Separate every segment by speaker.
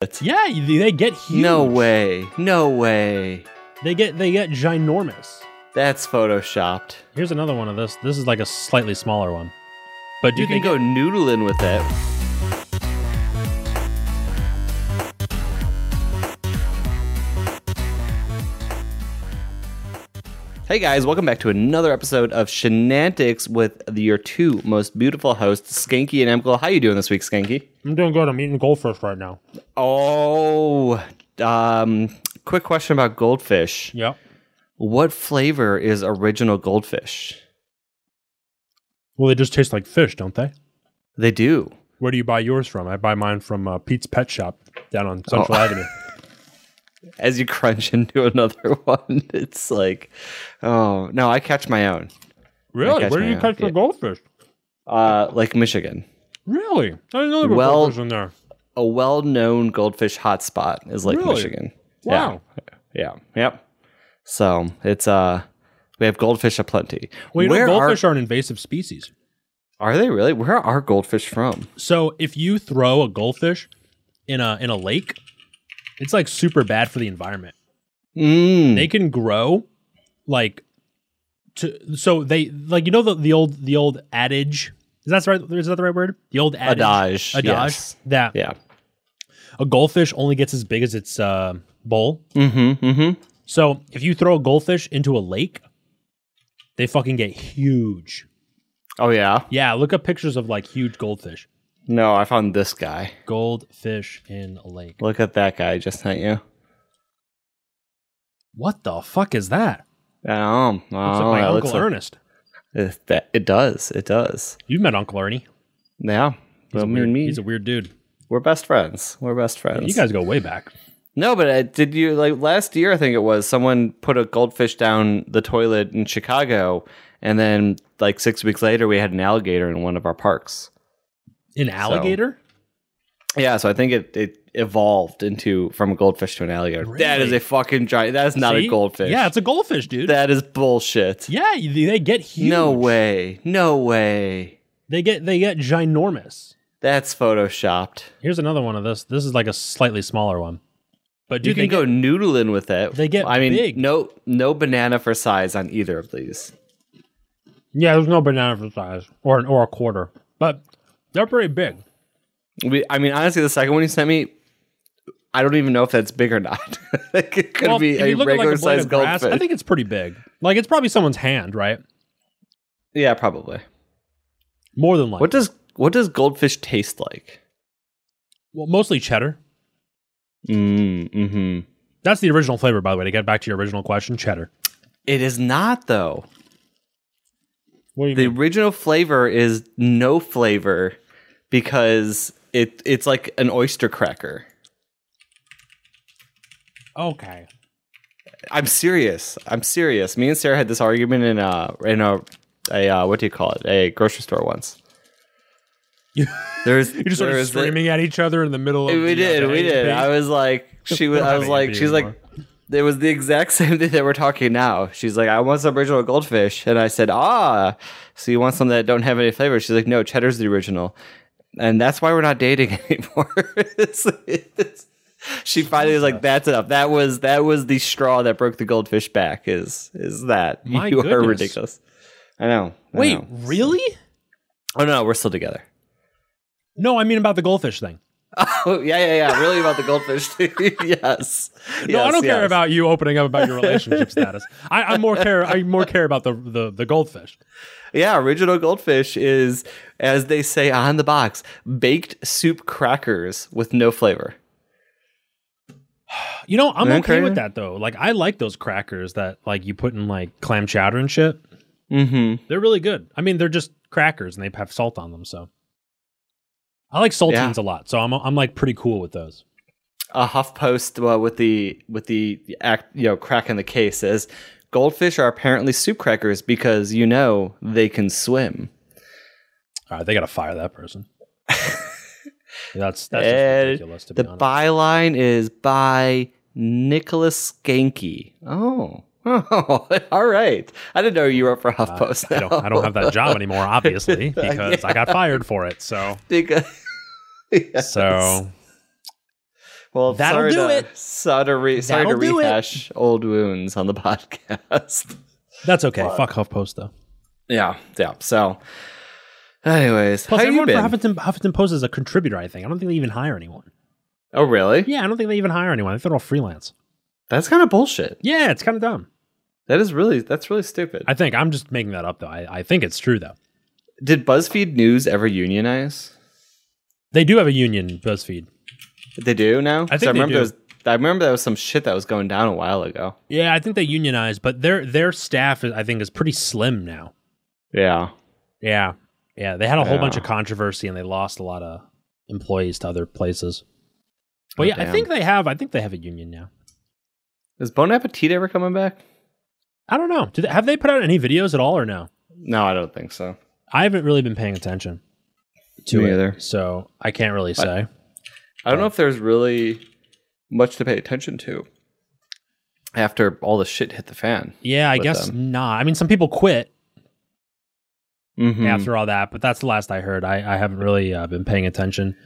Speaker 1: it.
Speaker 2: Yeah, they get huge.
Speaker 1: No way. No way.
Speaker 2: They get they get ginormous.
Speaker 1: That's photoshopped.
Speaker 2: Here's another one of this. This is like a slightly smaller one. But dude,
Speaker 1: You
Speaker 2: they
Speaker 1: can go noodling with it. Hey guys, welcome back to another episode of Shenantics with your two most beautiful hosts, Skanky and Emkel. How you doing this week, Skanky?
Speaker 2: I'm doing good. I'm eating goldfish right now.
Speaker 1: Oh, um, quick question about goldfish.
Speaker 2: Yep.
Speaker 1: What flavor is original goldfish?
Speaker 2: Well, they just taste like fish, don't they?
Speaker 1: They do.
Speaker 2: Where do you buy yours from? I buy mine from uh, Pete's Pet Shop down on
Speaker 1: Oh.
Speaker 2: Central Avenue.
Speaker 1: As you crunch into another one, it's like, oh, no, I catch my own.
Speaker 2: Really?
Speaker 1: catch
Speaker 2: Where do
Speaker 1: my
Speaker 2: you
Speaker 1: own,
Speaker 2: catch the
Speaker 1: yeah.
Speaker 2: goldfish?
Speaker 1: Uh, like Michigan.
Speaker 2: Really? I didn't know there were
Speaker 1: Well-
Speaker 2: goldfish in there.
Speaker 1: A well known goldfish hotspot is Lake
Speaker 2: Really?
Speaker 1: Michigan.
Speaker 2: Wow.
Speaker 1: Yeah. Yeah. Yep. So it's, uh, we have goldfish aplenty.
Speaker 2: Well, you
Speaker 1: Where
Speaker 2: know, goldfish are an invasive species.
Speaker 1: Are, are they really? Where are goldfish from?
Speaker 2: So if you throw a goldfish in a in a lake, it's like super bad for the environment.
Speaker 1: Mm.
Speaker 2: They can grow like to so they like you know the, the old the old adage is that the right is that the right word? The old adage
Speaker 1: Adage.
Speaker 2: adage
Speaker 1: yes.
Speaker 2: that
Speaker 1: Yeah.
Speaker 2: a goldfish only gets as big as its uh, bowl.
Speaker 1: Mm hmm. Mm hmm.
Speaker 2: So if you throw a goldfish into a lake, they fucking get huge.
Speaker 1: Oh, yeah.
Speaker 2: Yeah, look up pictures of like huge goldfish.
Speaker 1: No, I found this guy.
Speaker 2: Goldfish in a lake.
Speaker 1: Look at that guy I just sent you.
Speaker 2: What the fuck is that?
Speaker 1: Um,
Speaker 2: Looks
Speaker 1: oh,
Speaker 2: like my
Speaker 1: that
Speaker 2: uncle
Speaker 1: looks like-
Speaker 2: Ernest.
Speaker 1: it, that, it does. It does.
Speaker 2: You've met Uncle Ernie.
Speaker 1: Yeah.
Speaker 2: He's,
Speaker 1: Well,
Speaker 2: a
Speaker 1: me
Speaker 2: weird,
Speaker 1: and me,
Speaker 2: he's a weird dude.
Speaker 1: we're best friends. We're best friends.
Speaker 2: You guys go way back.
Speaker 1: No, but uh, did you like last year? I think it was someone put a goldfish down the toilet in Chicago, and then like six weeks later, we had an alligator in one of our parks.
Speaker 2: An alligator?
Speaker 1: Yeah, so I think it, it evolved into from a goldfish to an alligator. That is
Speaker 2: Really?
Speaker 1: a fucking giant. That is not
Speaker 2: See?
Speaker 1: a goldfish.
Speaker 2: Yeah, it's a goldfish, dude.
Speaker 1: that is bullshit.
Speaker 2: yeah, you- they get huge.
Speaker 1: No way. No way.
Speaker 2: They get they get ginormous.
Speaker 1: That's photoshopped.
Speaker 2: Here's another one of this. This is like a slightly smaller one. But
Speaker 1: you
Speaker 2: dude,
Speaker 1: can
Speaker 2: they
Speaker 1: go
Speaker 2: get-
Speaker 1: noodling with it.
Speaker 2: they get
Speaker 1: I mean,
Speaker 2: big.
Speaker 1: no, no banana for size on either of these.
Speaker 2: Yeah, there's no banana for size or an or a quarter. But they're pretty big.
Speaker 1: We, I mean, honestly, the second one you sent me, I don't even know if that's big or not. Like, it could be
Speaker 2: if
Speaker 1: a
Speaker 2: you look at, like,
Speaker 1: regular
Speaker 2: blade
Speaker 1: sized
Speaker 2: of grass,
Speaker 1: goldfish.
Speaker 2: I think it's pretty big. Like it's probably someone's hand, right?
Speaker 1: yeah, probably.
Speaker 2: More than like
Speaker 1: What does what does goldfish taste like?
Speaker 2: well, mostly cheddar.
Speaker 1: Mm, mm-hmm.
Speaker 2: That's the original flavor, by the way. To get back to your original question, cheddar.
Speaker 1: It is not though.
Speaker 2: What do you
Speaker 1: The original flavor is no flavor because it it's like an oyster cracker.
Speaker 2: Okay.
Speaker 1: I'm serious. I'm serious. Me and Sarah had this argument in a in a, a uh, what do you call it? A grocery store once.
Speaker 2: You-
Speaker 1: There's
Speaker 2: You just started screaming at each other in the middle of.
Speaker 1: we
Speaker 2: the,
Speaker 1: did.
Speaker 2: the
Speaker 1: We did.
Speaker 2: thing.
Speaker 1: I was like, she was. I was
Speaker 2: Not
Speaker 1: like,
Speaker 2: happy
Speaker 1: she's like.
Speaker 2: anymore.
Speaker 1: It was the exact same thing that we're talking now. She's like, I want some original goldfish, and I said, Ah, so you want some that don't have any flavor? She's like, No, cheddar's the original, and that's why we're not dating anymore. It's- it's- she finally was like, That's enough. That was that was the straw that broke the goldfish back. Is is that
Speaker 2: My
Speaker 1: you are
Speaker 2: goodness.
Speaker 1: ridiculous? I know. I
Speaker 2: Wait,
Speaker 1: know.
Speaker 2: really?
Speaker 1: Oh no, we're still together.
Speaker 2: No, I mean about the goldfish thing.
Speaker 1: Oh yeah, yeah, yeah. Really about the goldfish? thing. yes.
Speaker 2: No, I don't care
Speaker 1: about.
Speaker 2: about you opening up about your relationship status. I, I more care. I more care about the the, the goldfish.
Speaker 1: Yeah, original goldfish is, as they say on the box, baked soup crackers with no flavor.
Speaker 2: You know, I'm okay,
Speaker 1: Okay.
Speaker 2: with that though. Like, I like those crackers that like you put in like clam chowder and shit.
Speaker 1: Mm-hmm.
Speaker 2: They're really good. I mean, they're just crackers and they have salt on them. So, I like saltines a lot. So I'm I'm like pretty cool with those.
Speaker 1: A HuffPost uh, with the with the act, you know crack in the case says goldfish are apparently soup crackers because you know they can swim.
Speaker 2: All right, they gotta fire that person. that's that's just
Speaker 1: And
Speaker 2: ridiculous to be
Speaker 1: The
Speaker 2: honest.
Speaker 1: byline is by Nicholas Skanky. Oh. Oh, all right. I didn't know you were up for HuffPost.
Speaker 2: Uh, I don't, I don't have that job anymore, obviously, because I got fired for it. So,
Speaker 1: Because-
Speaker 2: so
Speaker 1: Well,
Speaker 2: That'll
Speaker 1: sorry
Speaker 2: do
Speaker 1: to,
Speaker 2: it.
Speaker 1: Sorry to, re- sorry to
Speaker 2: That'll do it.
Speaker 1: rehash old wounds on the podcast.
Speaker 2: That's okay. Fuck HuffPost though.
Speaker 1: yeah, yeah. So, anyways,
Speaker 2: Plus,
Speaker 1: how you
Speaker 2: everyone for Huffington,
Speaker 1: been?
Speaker 2: Huffington Post is a contributor. I think. I don't think they even hire anyone.
Speaker 1: oh, really?
Speaker 2: Yeah, I don't think they even hire anyone. I think they're all freelance.
Speaker 1: That's kind of bullshit.
Speaker 2: Yeah, it's kind of dumb.
Speaker 1: That is really that's really stupid.
Speaker 2: I think I'm just making that up though. I, I think it's true though.
Speaker 1: Did BuzzFeed News ever unionize?
Speaker 2: They do have a union BuzzFeed.
Speaker 1: They do now.
Speaker 2: think
Speaker 1: So I
Speaker 2: they
Speaker 1: remember
Speaker 2: do.
Speaker 1: there was, I remember that was some shit that was going down a while ago.
Speaker 2: Yeah, I think they unionized, but their their staff is, I think is pretty slim now.
Speaker 1: Yeah.
Speaker 2: Yeah, yeah. They had a whole bunch
Speaker 1: Yeah.
Speaker 2: of controversy and they lost a lot of employees to other places. But
Speaker 1: Oh,
Speaker 2: yeah, I
Speaker 1: damn.
Speaker 2: think they have. I think they have a union now.
Speaker 1: Is Bon Appetit ever coming back?
Speaker 2: I don't know. Do they, have they put out any videos at all or no?
Speaker 1: No, I don't think so.
Speaker 2: I haven't really been paying attention to
Speaker 1: Me
Speaker 2: it,
Speaker 1: either.
Speaker 2: so I can't really say.
Speaker 1: I don't know if there's really much to pay attention to after all the shit hit the fan.
Speaker 2: yeah, I
Speaker 1: with
Speaker 2: guess not. I mean, some people quit
Speaker 1: Mm-hmm.
Speaker 2: after all that, but that's the last I heard. I, I haven't really uh, been paying attention.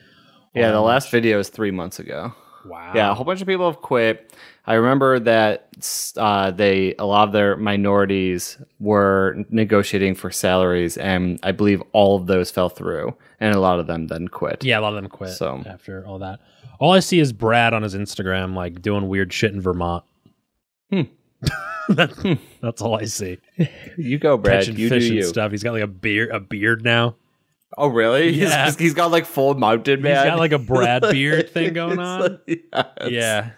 Speaker 1: Yeah, the
Speaker 2: Um,
Speaker 1: last video is three months ago.
Speaker 2: Wow.
Speaker 1: Yeah, a whole bunch of people have quit. I remember that uh, they a lot of their minorities were negotiating for salaries, and I believe all of those fell through, and a lot of them then quit.
Speaker 2: Yeah, a lot of them quit
Speaker 1: So-
Speaker 2: after all that. All I see is Brad on his Instagram, like doing weird shit in Vermont.
Speaker 1: Hmm.
Speaker 2: That- That's all I see.
Speaker 1: You go, Brad.
Speaker 2: Catching
Speaker 1: You do
Speaker 2: fish and
Speaker 1: you.
Speaker 2: stuff. He's got like a beard, a beard now.
Speaker 1: Oh, really?
Speaker 2: Yeah.
Speaker 1: He's- he's got like full mountain man.
Speaker 2: He's got like a Brad beard thing going
Speaker 1: It's
Speaker 2: on.
Speaker 1: like- yeah. it's-
Speaker 2: yeah,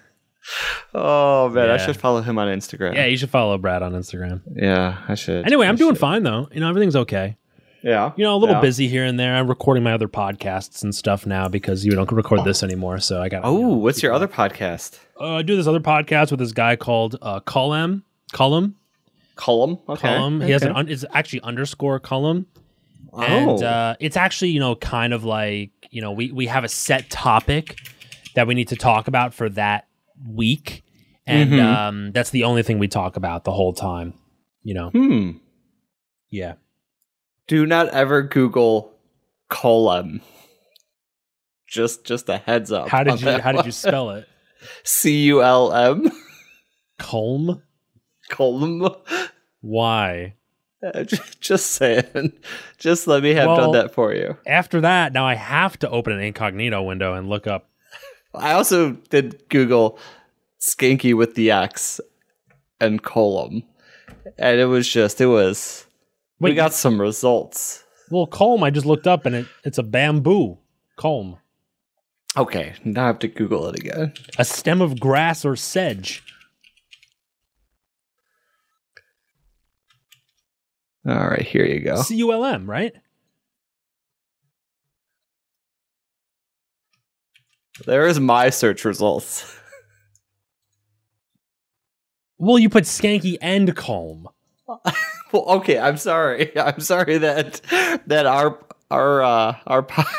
Speaker 1: Oh man, I
Speaker 2: Yeah.
Speaker 1: should follow him on Instagram.
Speaker 2: yeah. You should follow Brad on Instagram.
Speaker 1: Yeah, I should.
Speaker 2: Anyway, I'm
Speaker 1: I
Speaker 2: doing
Speaker 1: should.
Speaker 2: fine though. You know, everything's okay.
Speaker 1: Yeah,
Speaker 2: You know, a little
Speaker 1: Yeah.
Speaker 2: busy here and there. I'm recording my other podcasts and stuff now because you don't record this anymore. So I got.
Speaker 1: Oh, what's your other podcast?
Speaker 2: Uh, I do this other podcast with this guy called uh, Colum. Colum.
Speaker 1: Column. Okay.
Speaker 2: column. He has an
Speaker 1: Okay.
Speaker 2: un- it's actually underscore column, and
Speaker 1: Oh.
Speaker 2: uh, it's actually you know kind of like you know we we have a set topic that we need to talk about for that week, and
Speaker 1: Mhm.
Speaker 2: um, that's the only thing we talk about the whole time. You know,
Speaker 1: hmm.
Speaker 2: yeah.
Speaker 1: Do not ever Google column. Just, just a heads up.
Speaker 2: How
Speaker 1: on
Speaker 2: did you
Speaker 1: that
Speaker 2: how did
Speaker 1: one.
Speaker 2: you spell it?
Speaker 1: C U L M
Speaker 2: Colm.
Speaker 1: column?
Speaker 2: Why?
Speaker 1: Uh, j- Just saying. Just let me have
Speaker 2: Well-
Speaker 1: done that for you.
Speaker 2: After that, now I have to open an incognito window and look up.
Speaker 1: I also did Google skinky with the X and column, and it was just it was. we
Speaker 2: Wait,
Speaker 1: got some results.
Speaker 2: well, colm. I just looked up and it, it's a bamboo colm,
Speaker 1: Okay, now I have to Google it again.
Speaker 2: a stem of grass or sedge.
Speaker 1: All right, here you go.
Speaker 2: C U L M, right?
Speaker 1: There is my search results.
Speaker 2: Well, you put skanky and calm.
Speaker 1: Well, okay, I'm sorry. I'm sorry that that our our uh our po-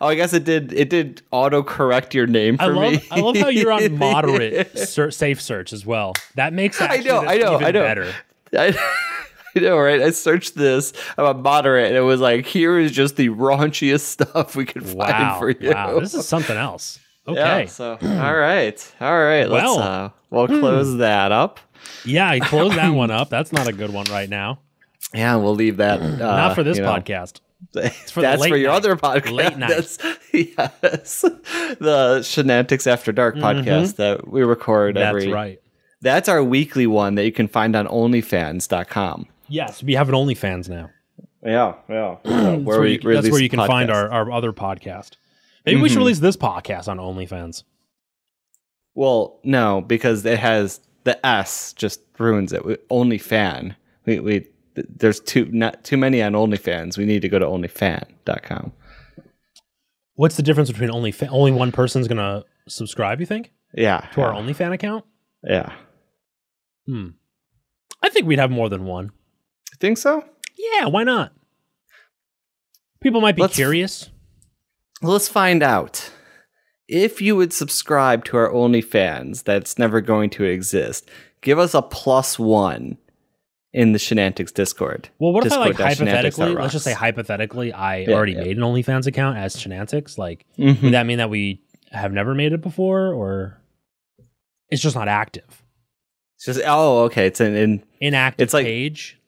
Speaker 1: Oh, I guess it did it did auto correct your name for
Speaker 2: I love,
Speaker 1: me.
Speaker 2: I love how you're on moderate ser- safe search as well. That makes
Speaker 1: I
Speaker 2: actually
Speaker 1: know,
Speaker 2: this
Speaker 1: I know,
Speaker 2: even
Speaker 1: I know.
Speaker 2: better.
Speaker 1: I, I know, right? I searched this. I'm a moderate, and it was like, here is just the raunchiest stuff we could
Speaker 2: Wow,
Speaker 1: find for you.
Speaker 2: wow, this is something else. Okay,
Speaker 1: Yeah,
Speaker 2: yeah,
Speaker 1: so all right, all right.
Speaker 2: Well. hmm.
Speaker 1: let's uh, we'll close that up.
Speaker 2: I closed that one up. That's not a good one right now.
Speaker 1: Yeah, we'll leave that. Uh,
Speaker 2: not for this
Speaker 1: you know,
Speaker 2: podcast.
Speaker 1: That's
Speaker 2: for
Speaker 1: for,
Speaker 2: the late
Speaker 1: your
Speaker 2: night.
Speaker 1: other podcast.
Speaker 2: Late night.
Speaker 1: That's, yes, the Shenantics After Dark podcast that we record
Speaker 2: Mm-hmm. That's
Speaker 1: every.
Speaker 2: right.
Speaker 1: That's our weekly one that you can find on OnlyFans.com.
Speaker 2: Yes, we have an OnlyFans now.
Speaker 1: Yeah, yeah.
Speaker 2: That's where, you, that's where you can find our, our other podcast. Maybe
Speaker 1: Mm-hmm.
Speaker 2: we should release this podcast on OnlyFans.
Speaker 1: Well, no, because it has the S just ruins it. We, OnlyFan. We we th- there's too not too many on OnlyFans. We need to go to OnlyFan.com.
Speaker 2: What's the difference between OnlyFans? Only one person's gonna subscribe. You think
Speaker 1: Yeah.
Speaker 2: to our
Speaker 1: yeah,
Speaker 2: OnlyFan account?
Speaker 1: Yeah.
Speaker 2: Hmm. I think we'd have more than one.
Speaker 1: You think so?
Speaker 2: Yeah, why not? People might be
Speaker 1: Let's-
Speaker 2: curious.
Speaker 1: Let's find out. If you would subscribe to our OnlyFans, that's never going to exist. Give us a plus one in the Shenantics Discord.
Speaker 2: Well, what if I like
Speaker 1: Discord.shenantics.rocks.
Speaker 2: hypothetically? Let's just say hypothetically, I
Speaker 1: Yeah,
Speaker 2: already
Speaker 1: yeah.
Speaker 2: made an OnlyFans account as Shenantics. Like,
Speaker 1: Mhm.
Speaker 2: would that mean that we have never made it before, or it's just not active.
Speaker 1: It's just oh, okay. It's in, in
Speaker 2: Inactive
Speaker 1: It's like-
Speaker 2: page.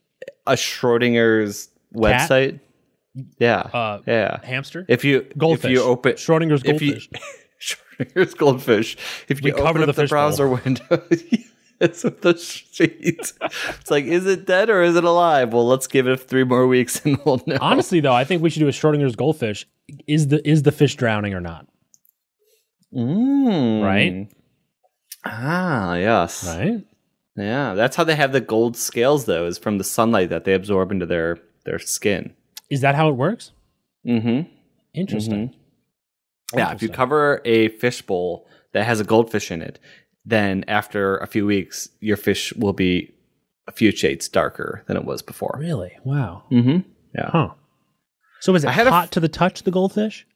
Speaker 1: a Schrodinger's website. Yeah,
Speaker 2: Uh,
Speaker 1: yeah.
Speaker 2: hamster.
Speaker 1: If you
Speaker 2: goldfish.
Speaker 1: if you open
Speaker 2: Schrodinger's
Speaker 1: if you-
Speaker 2: goldfish.
Speaker 1: Schrodinger's goldfish. If
Speaker 2: We
Speaker 1: you
Speaker 2: cover
Speaker 1: open
Speaker 2: the
Speaker 1: up the,
Speaker 2: fishbowl.
Speaker 1: browser window, it's with the sheet. it's like, is it dead or is it alive? Well, let's give it three more weeks and we'll know.
Speaker 2: Honestly, though, I think we should do a Schrodinger's goldfish. Is the is the fish drowning or not?
Speaker 1: Mm.
Speaker 2: Right.
Speaker 1: Ah, yes.
Speaker 2: Right.
Speaker 1: Yeah, that's how they have the gold scales, though, is from the sunlight that they absorb into their their skin.
Speaker 2: Is that how it works?
Speaker 1: Mm-hmm.
Speaker 2: Interesting. Mm-hmm.
Speaker 1: Yeah, if you cover a fishbowl that has a goldfish in it, then after a few weeks, your fish will be a few shades darker than it was before.
Speaker 2: Really? Wow.
Speaker 1: Mm-hmm. Yeah.
Speaker 2: Huh. So is it
Speaker 1: I had a
Speaker 2: hot
Speaker 1: f-
Speaker 2: to the touch? The goldfish?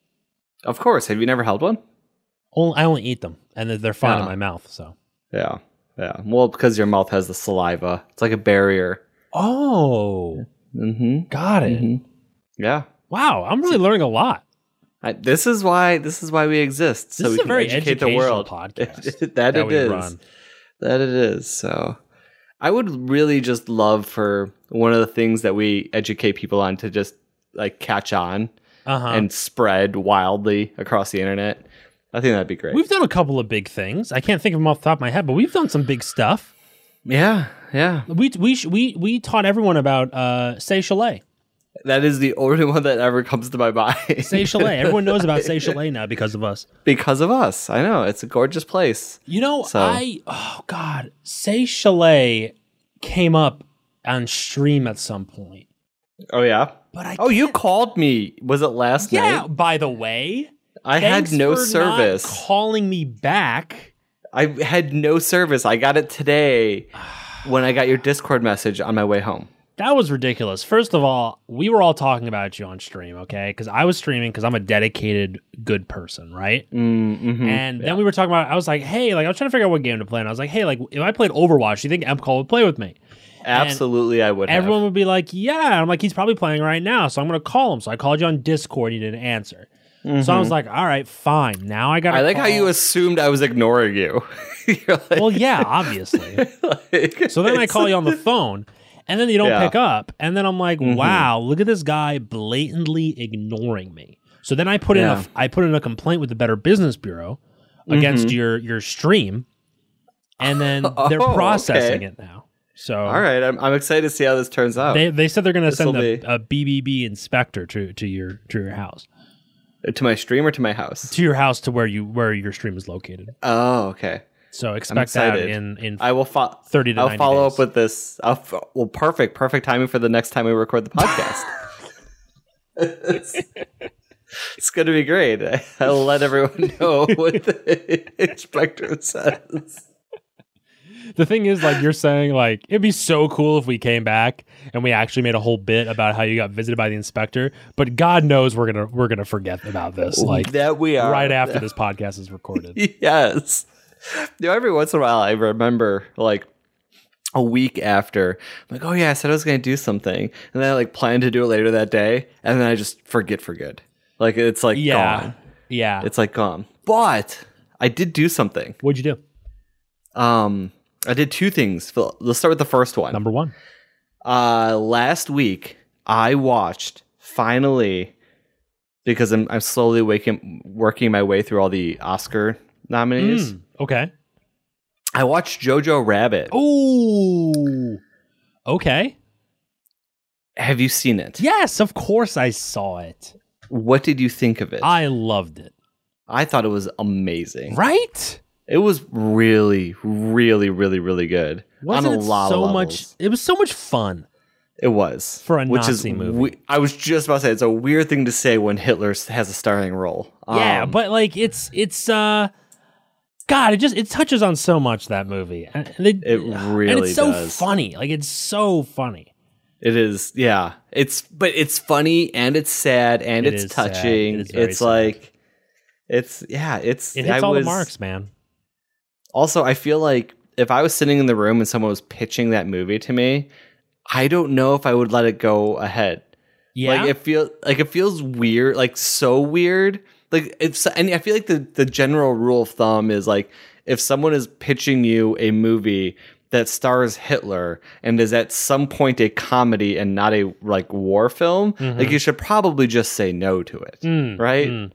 Speaker 1: Of course. Have you never held one?
Speaker 2: Only, I only eat them, and they're- they're fine in
Speaker 1: Yeah.
Speaker 2: my mouth. So.
Speaker 1: Yeah. Yeah. Well, because your mouth has the saliva, it's like a barrier.
Speaker 2: Oh,
Speaker 1: Mm-hmm.
Speaker 2: got it.
Speaker 1: Yeah.
Speaker 2: Wow, I'm really learning a lot.
Speaker 1: I, this is why this is why we exist. So
Speaker 2: This
Speaker 1: we
Speaker 2: is a
Speaker 1: can
Speaker 2: very
Speaker 1: educate the
Speaker 2: educational
Speaker 1: world.
Speaker 2: podcast
Speaker 1: that,
Speaker 2: that
Speaker 1: it
Speaker 2: we
Speaker 1: is.
Speaker 2: run.
Speaker 1: That it is. So I would really just love for one of the things that we educate people on to just like catch on
Speaker 2: Uh huh.
Speaker 1: and spread wildly across the internet. I think that'd be great.
Speaker 2: We've done a couple of big things. I can't think of them off the top of my head, but we've done some big stuff.
Speaker 1: yeah, yeah.
Speaker 2: We we sh- we we taught everyone about uh, say chalet,
Speaker 1: That is the only one that ever comes to my mind.
Speaker 2: say chalet. everyone knows about say chalet now because of us.
Speaker 1: because of us. I know it's a gorgeous place.
Speaker 2: You know,
Speaker 1: So-
Speaker 2: I oh god, say chalet came up on stream at some point,
Speaker 1: Oh yeah.
Speaker 2: but I
Speaker 1: Oh, you
Speaker 2: can't-
Speaker 1: called me. Was it last
Speaker 2: yeah.
Speaker 1: night?
Speaker 2: By the way,
Speaker 1: I had
Speaker 2: thanks
Speaker 1: no
Speaker 2: for not
Speaker 1: service.
Speaker 2: calling me back.
Speaker 1: I had no service. I got it today when I got your Discord message on my way home.
Speaker 2: That was ridiculous. First of all, we were all talking about you on stream, okay? Because I was streaming because I'm a dedicated, good person, right? Mm,
Speaker 1: Mm-hmm.
Speaker 2: And then we were talking about, I was like, hey, like, I was trying to figure out what game to play. And I was like, hey, like, if I played Overwatch, do you think Emcall would play with me?
Speaker 1: Absolutely, I would.
Speaker 2: Everyone would be like, yeah. I'm like, he's probably playing right now. So I'm going to call him. So I called you on Discord. You didn't answer. So I
Speaker 1: Mm-hmm.
Speaker 2: was like, all right, fine. Now I got
Speaker 1: have.
Speaker 2: to
Speaker 1: I like how you assumed I was ignoring you. You're like,
Speaker 2: Well, yeah, obviously.
Speaker 1: like-
Speaker 2: So then I call you on the phone, and then you don't
Speaker 1: Yeah. Mm-hmm.
Speaker 2: pick up. And then I'm like, wow, look at this guy blatantly ignoring me. So then I put in a
Speaker 1: Yeah.
Speaker 2: f- I put in a complaint with the Better Business Bureau against
Speaker 1: Mm-hmm.
Speaker 2: your your stream, and then they're
Speaker 1: Oh,
Speaker 2: processing
Speaker 1: okay.
Speaker 2: it now. So
Speaker 1: All right, I'm, I'm excited to see how this turns out.
Speaker 2: They, they said they're going to send
Speaker 1: will
Speaker 2: a,
Speaker 1: Oh, be-
Speaker 2: a BBB inspector to, to your to your house
Speaker 1: to my stream or to my house?
Speaker 2: to your house to where you where your stream is located.
Speaker 1: Oh, okay.
Speaker 2: So expect that
Speaker 1: excited.
Speaker 2: in in
Speaker 1: I will fo-
Speaker 2: 30 to
Speaker 1: I'll
Speaker 2: 90
Speaker 1: follow
Speaker 2: days.
Speaker 1: up with this. I'll f- well, perfect, perfect timing for the next time we record the podcast. it's, going to be great. I'll let everyone know what the inspector says.
Speaker 2: The thing is, like you're saying, like it'd be so cool if we came back and we actually made a whole bit about how you got visited by the inspector. But God knows we're gonna we're gonna forget about this, like
Speaker 1: that we are
Speaker 2: right after this podcast is recorded.
Speaker 1: yes. You know, every once in a while, I remember like a week after, I'm like, oh yeah, I said I was going to do something, and then I like planned to do it later that day, and then I just forget for good. Like it's like
Speaker 2: Yeah,
Speaker 1: gone.
Speaker 2: yeah.
Speaker 1: It's like gone. But I did do something.
Speaker 2: What'd you do?
Speaker 1: Um, I did two things. Phil, Let's start with the first one.
Speaker 2: Number one.
Speaker 1: Uh, last week I watched finally because I'm I'm slowly waking working my way through all the Oscar nominees.
Speaker 2: Mm, okay.
Speaker 1: I watched Jojo Rabbit.
Speaker 2: Oh. Okay.
Speaker 1: Have you seen it?
Speaker 2: Yes, of course I saw it.
Speaker 1: What did you think of it? I,
Speaker 2: I loved it.
Speaker 1: thought it was amazing.
Speaker 2: Right?
Speaker 1: It was really, really, really, really good.
Speaker 2: Wasn't
Speaker 1: on a
Speaker 2: it
Speaker 1: lot
Speaker 2: so
Speaker 1: of
Speaker 2: much?
Speaker 1: levels.
Speaker 2: It was so much fun.
Speaker 1: It was
Speaker 2: For a Nazi movie.
Speaker 1: we- I was just about to say it's a weird thing to say when Hitler has a starring role.
Speaker 2: Yeah,
Speaker 1: Um,
Speaker 2: but like it's it's uh God, it just it touches on so much that movie. And it,
Speaker 1: It
Speaker 2: and
Speaker 1: really
Speaker 2: it's so
Speaker 1: does.
Speaker 2: funny. Like it's so funny.
Speaker 1: it is. Yeah, it's but it's funny and it's sad and
Speaker 2: It is
Speaker 1: it's
Speaker 2: sad.
Speaker 1: touching.
Speaker 2: It is very
Speaker 1: it's
Speaker 2: sad.
Speaker 1: like it's yeah. It's
Speaker 2: It hits
Speaker 1: I
Speaker 2: all
Speaker 1: was-
Speaker 2: the marks, man.
Speaker 1: Also, I feel like if I was sitting in the room and someone was pitching that movie to me, I don't know if I would let it go ahead.
Speaker 2: Yeah.
Speaker 1: Like it feels like it feels weird, like so weird like if and I feel like the the general rule of thumb is like if someone is pitching you a movie that stars Hitler and is at some point a comedy and not a like war film,
Speaker 2: Mm-hmm.
Speaker 1: like you should probably just say no to it, right?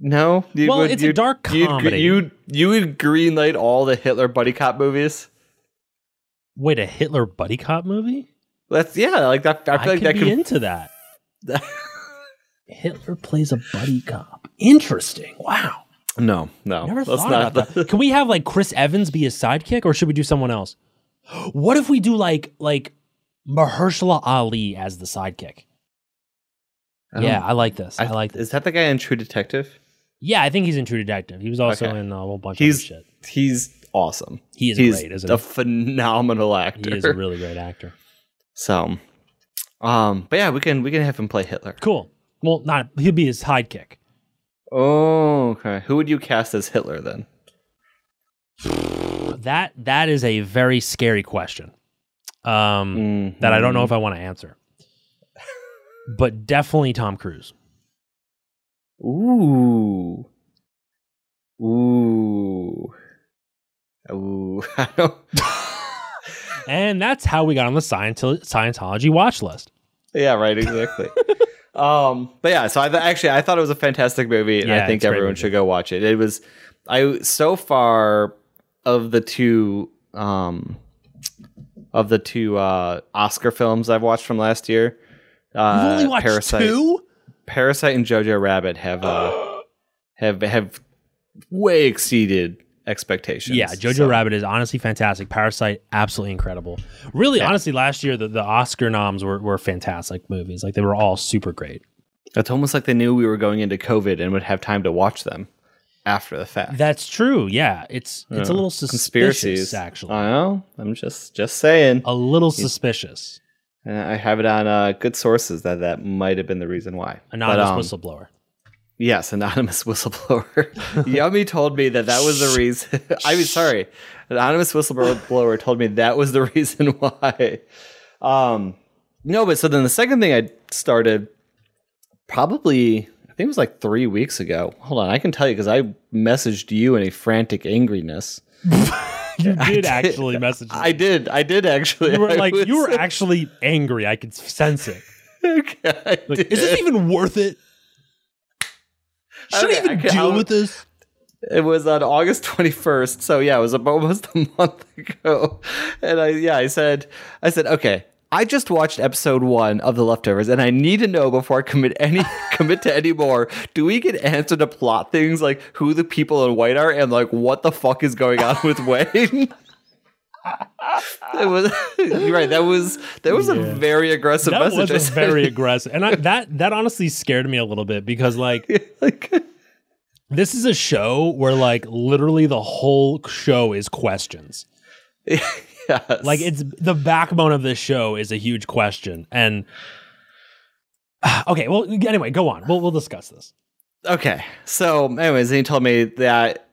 Speaker 1: No, you
Speaker 2: Mm, Well, it's a dark
Speaker 1: you'd,
Speaker 2: comedy.
Speaker 1: You'd, you would greenlight all the Hitler buddy cop movies.
Speaker 2: Wait, a Hitler buddy cop movie?
Speaker 1: That's yeah, like that. I
Speaker 2: I,
Speaker 1: feel like
Speaker 2: could
Speaker 1: that
Speaker 2: be
Speaker 1: could
Speaker 2: into that. Hitler plays a buddy cop. Interesting. Wow.
Speaker 1: no, no.
Speaker 2: Never
Speaker 1: let's
Speaker 2: thought
Speaker 1: Oh, not.
Speaker 2: about that. Can we have like Chris Evans be his sidekick, or should we do someone else? What if we do like like Mahershala Ali as the sidekick?
Speaker 1: I don't-
Speaker 2: yeah, I like this. I, like this.
Speaker 1: Is that the guy in True Detective?
Speaker 2: Yeah, I think he's in True Detective. He was also
Speaker 1: Okay.
Speaker 2: in uh, a whole bunch
Speaker 1: He's
Speaker 2: of other shit.
Speaker 1: he's awesome.
Speaker 2: He is
Speaker 1: he's
Speaker 2: great, isn't
Speaker 1: a
Speaker 2: he?
Speaker 1: phenomenal actor.
Speaker 2: He is a really great actor.
Speaker 1: so, um, but yeah, we can we can have him play Hitler.
Speaker 2: Cool. Well, not he'll be his sidekick.
Speaker 1: Oh, okay. Who would you cast as Hitler then?
Speaker 2: That that is a very scary question. Um,
Speaker 1: Mhm.
Speaker 2: that I don't know if I want to answer. But definitely Tom Cruise.
Speaker 1: Ooh. Ooh. Ooh. I don't.
Speaker 2: And that's how we got on the Scienti- Scientology watch list.
Speaker 1: Yeah, right, exactly. um, but yeah, so I th- actually I thought it was a fantastic movie, and
Speaker 2: Yeah,
Speaker 1: I think
Speaker 2: it's a great
Speaker 1: everyone
Speaker 2: movie.
Speaker 1: should go watch it. It was I so far of the two um of the two uh Oscar films I've watched from last year. Uh,
Speaker 2: You've only watched
Speaker 1: Parasite,
Speaker 2: two?
Speaker 1: Parasite and Jojo Rabbit have uh have have way exceeded expectations.
Speaker 2: Yeah, Jojo
Speaker 1: So-
Speaker 2: Rabbit is honestly fantastic. Parasite, absolutely incredible. Really, honestly, last year the, the Oscar noms were, were fantastic movies. Like they were all super great.
Speaker 1: It's almost like they knew we were going into COVID and would have time to watch them after the fact.
Speaker 2: That's true. Yeah, it's it's a little suspicious
Speaker 1: conspiracies.
Speaker 2: actually.
Speaker 1: I know. I'm just just saying.
Speaker 2: a little suspicious.
Speaker 1: Uh, I have it on uh, good sources that that might have been the reason why.
Speaker 2: Anonymous
Speaker 1: um,
Speaker 2: whistleblower.
Speaker 1: Yes, anonymous whistleblower. Yummy told me that that was the reason. I mean, sorry, anonymous whistleblower told me that was the reason why. Um, no, but so then the second thing I started, probably I think it was like three weeks ago. Hold on, I can tell you because I messaged you in a frantic angriness.
Speaker 2: You did actually message. me.
Speaker 1: I did, I did actually.
Speaker 2: you were
Speaker 1: I
Speaker 2: like,
Speaker 1: was-
Speaker 2: you were actually angry. I could sense it.
Speaker 1: Okay, I
Speaker 2: Like, is this
Speaker 1: did.
Speaker 2: even worth it? Should
Speaker 1: Okay,
Speaker 2: I even
Speaker 1: I can-
Speaker 2: deal
Speaker 1: I'll-
Speaker 2: with this?
Speaker 1: It was on August 21st. So yeah, it was about almost a month ago. And I yeah, I said I said, "Okay, I just watched episode 1 of The Leftovers and I need to know before I commit any commit to any more. Do we get answer to plot things like who the people in white are and like what the fuck is going on with Wayne?" it was you're right. That was that was a very aggressive
Speaker 2: That was
Speaker 1: message. I
Speaker 2: a
Speaker 1: sent
Speaker 2: very aggressive, and I, that that honestly scared me a little bit because like
Speaker 1: you. like
Speaker 2: this is a show where like literally the whole show is questions.
Speaker 1: yes.
Speaker 2: Like it's the backbone of this show is a huge question, and okay, well anyway, go on. We'll we'll discuss this.
Speaker 1: Okay. So, anyways, then he told me that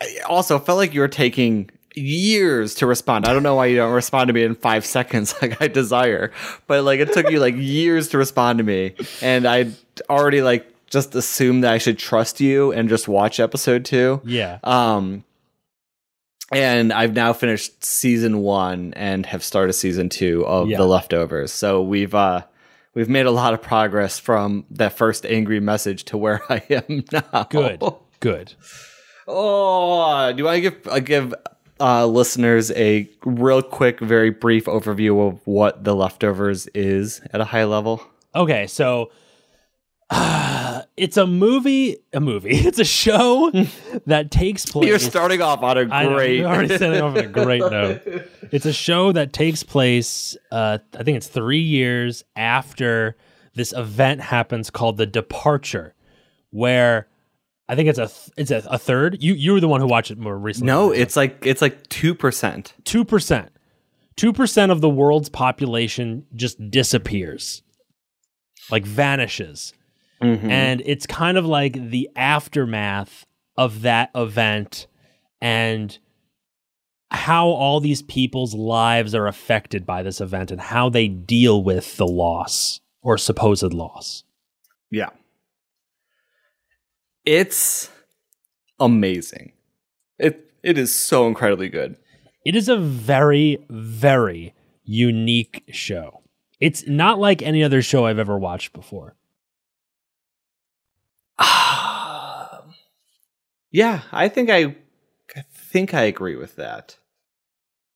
Speaker 1: I also felt like you were taking years to respond. I don't know why you don't respond to me in five seconds like I desire, but like it took you like years to respond to me. And I already like just assumed that I should trust you and just watch episode two.
Speaker 2: Yeah,
Speaker 1: Um, and I've now finished season one and have started season two of
Speaker 2: Yeah.
Speaker 1: The Leftovers. So we've uh, we've made a lot of progress from that first angry message to where I am now.
Speaker 2: good, good.
Speaker 1: Oh, do I give I give uh, listeners a real quick, very brief overview of what The Leftovers is at a high level?
Speaker 2: Okay, so uh, it's a movie, a movie. It's a show that takes place.
Speaker 1: You're starting off on a
Speaker 2: I know,
Speaker 1: great.
Speaker 2: you're already setting off on a great note. It's a show that takes place. Uh, I think it's three years after this event happens called the Departure, where I think it's a th- it's a, a third. You you were the one who watched it more recently.
Speaker 1: no, it's like it's like two percent.
Speaker 2: two percent. Two percent of the world's population just disappears, like vanishes
Speaker 1: Mm-hmm.
Speaker 2: and it's kind of like the aftermath of that event and how all these people's lives are affected by this event and how they deal with the loss or supposed loss.
Speaker 1: Yeah. It's amazing. It it is so incredibly good.
Speaker 2: It is a very, very unique show. It's not like any other show I've ever watched before.
Speaker 1: Um, yeah, I think I, I think I agree with that.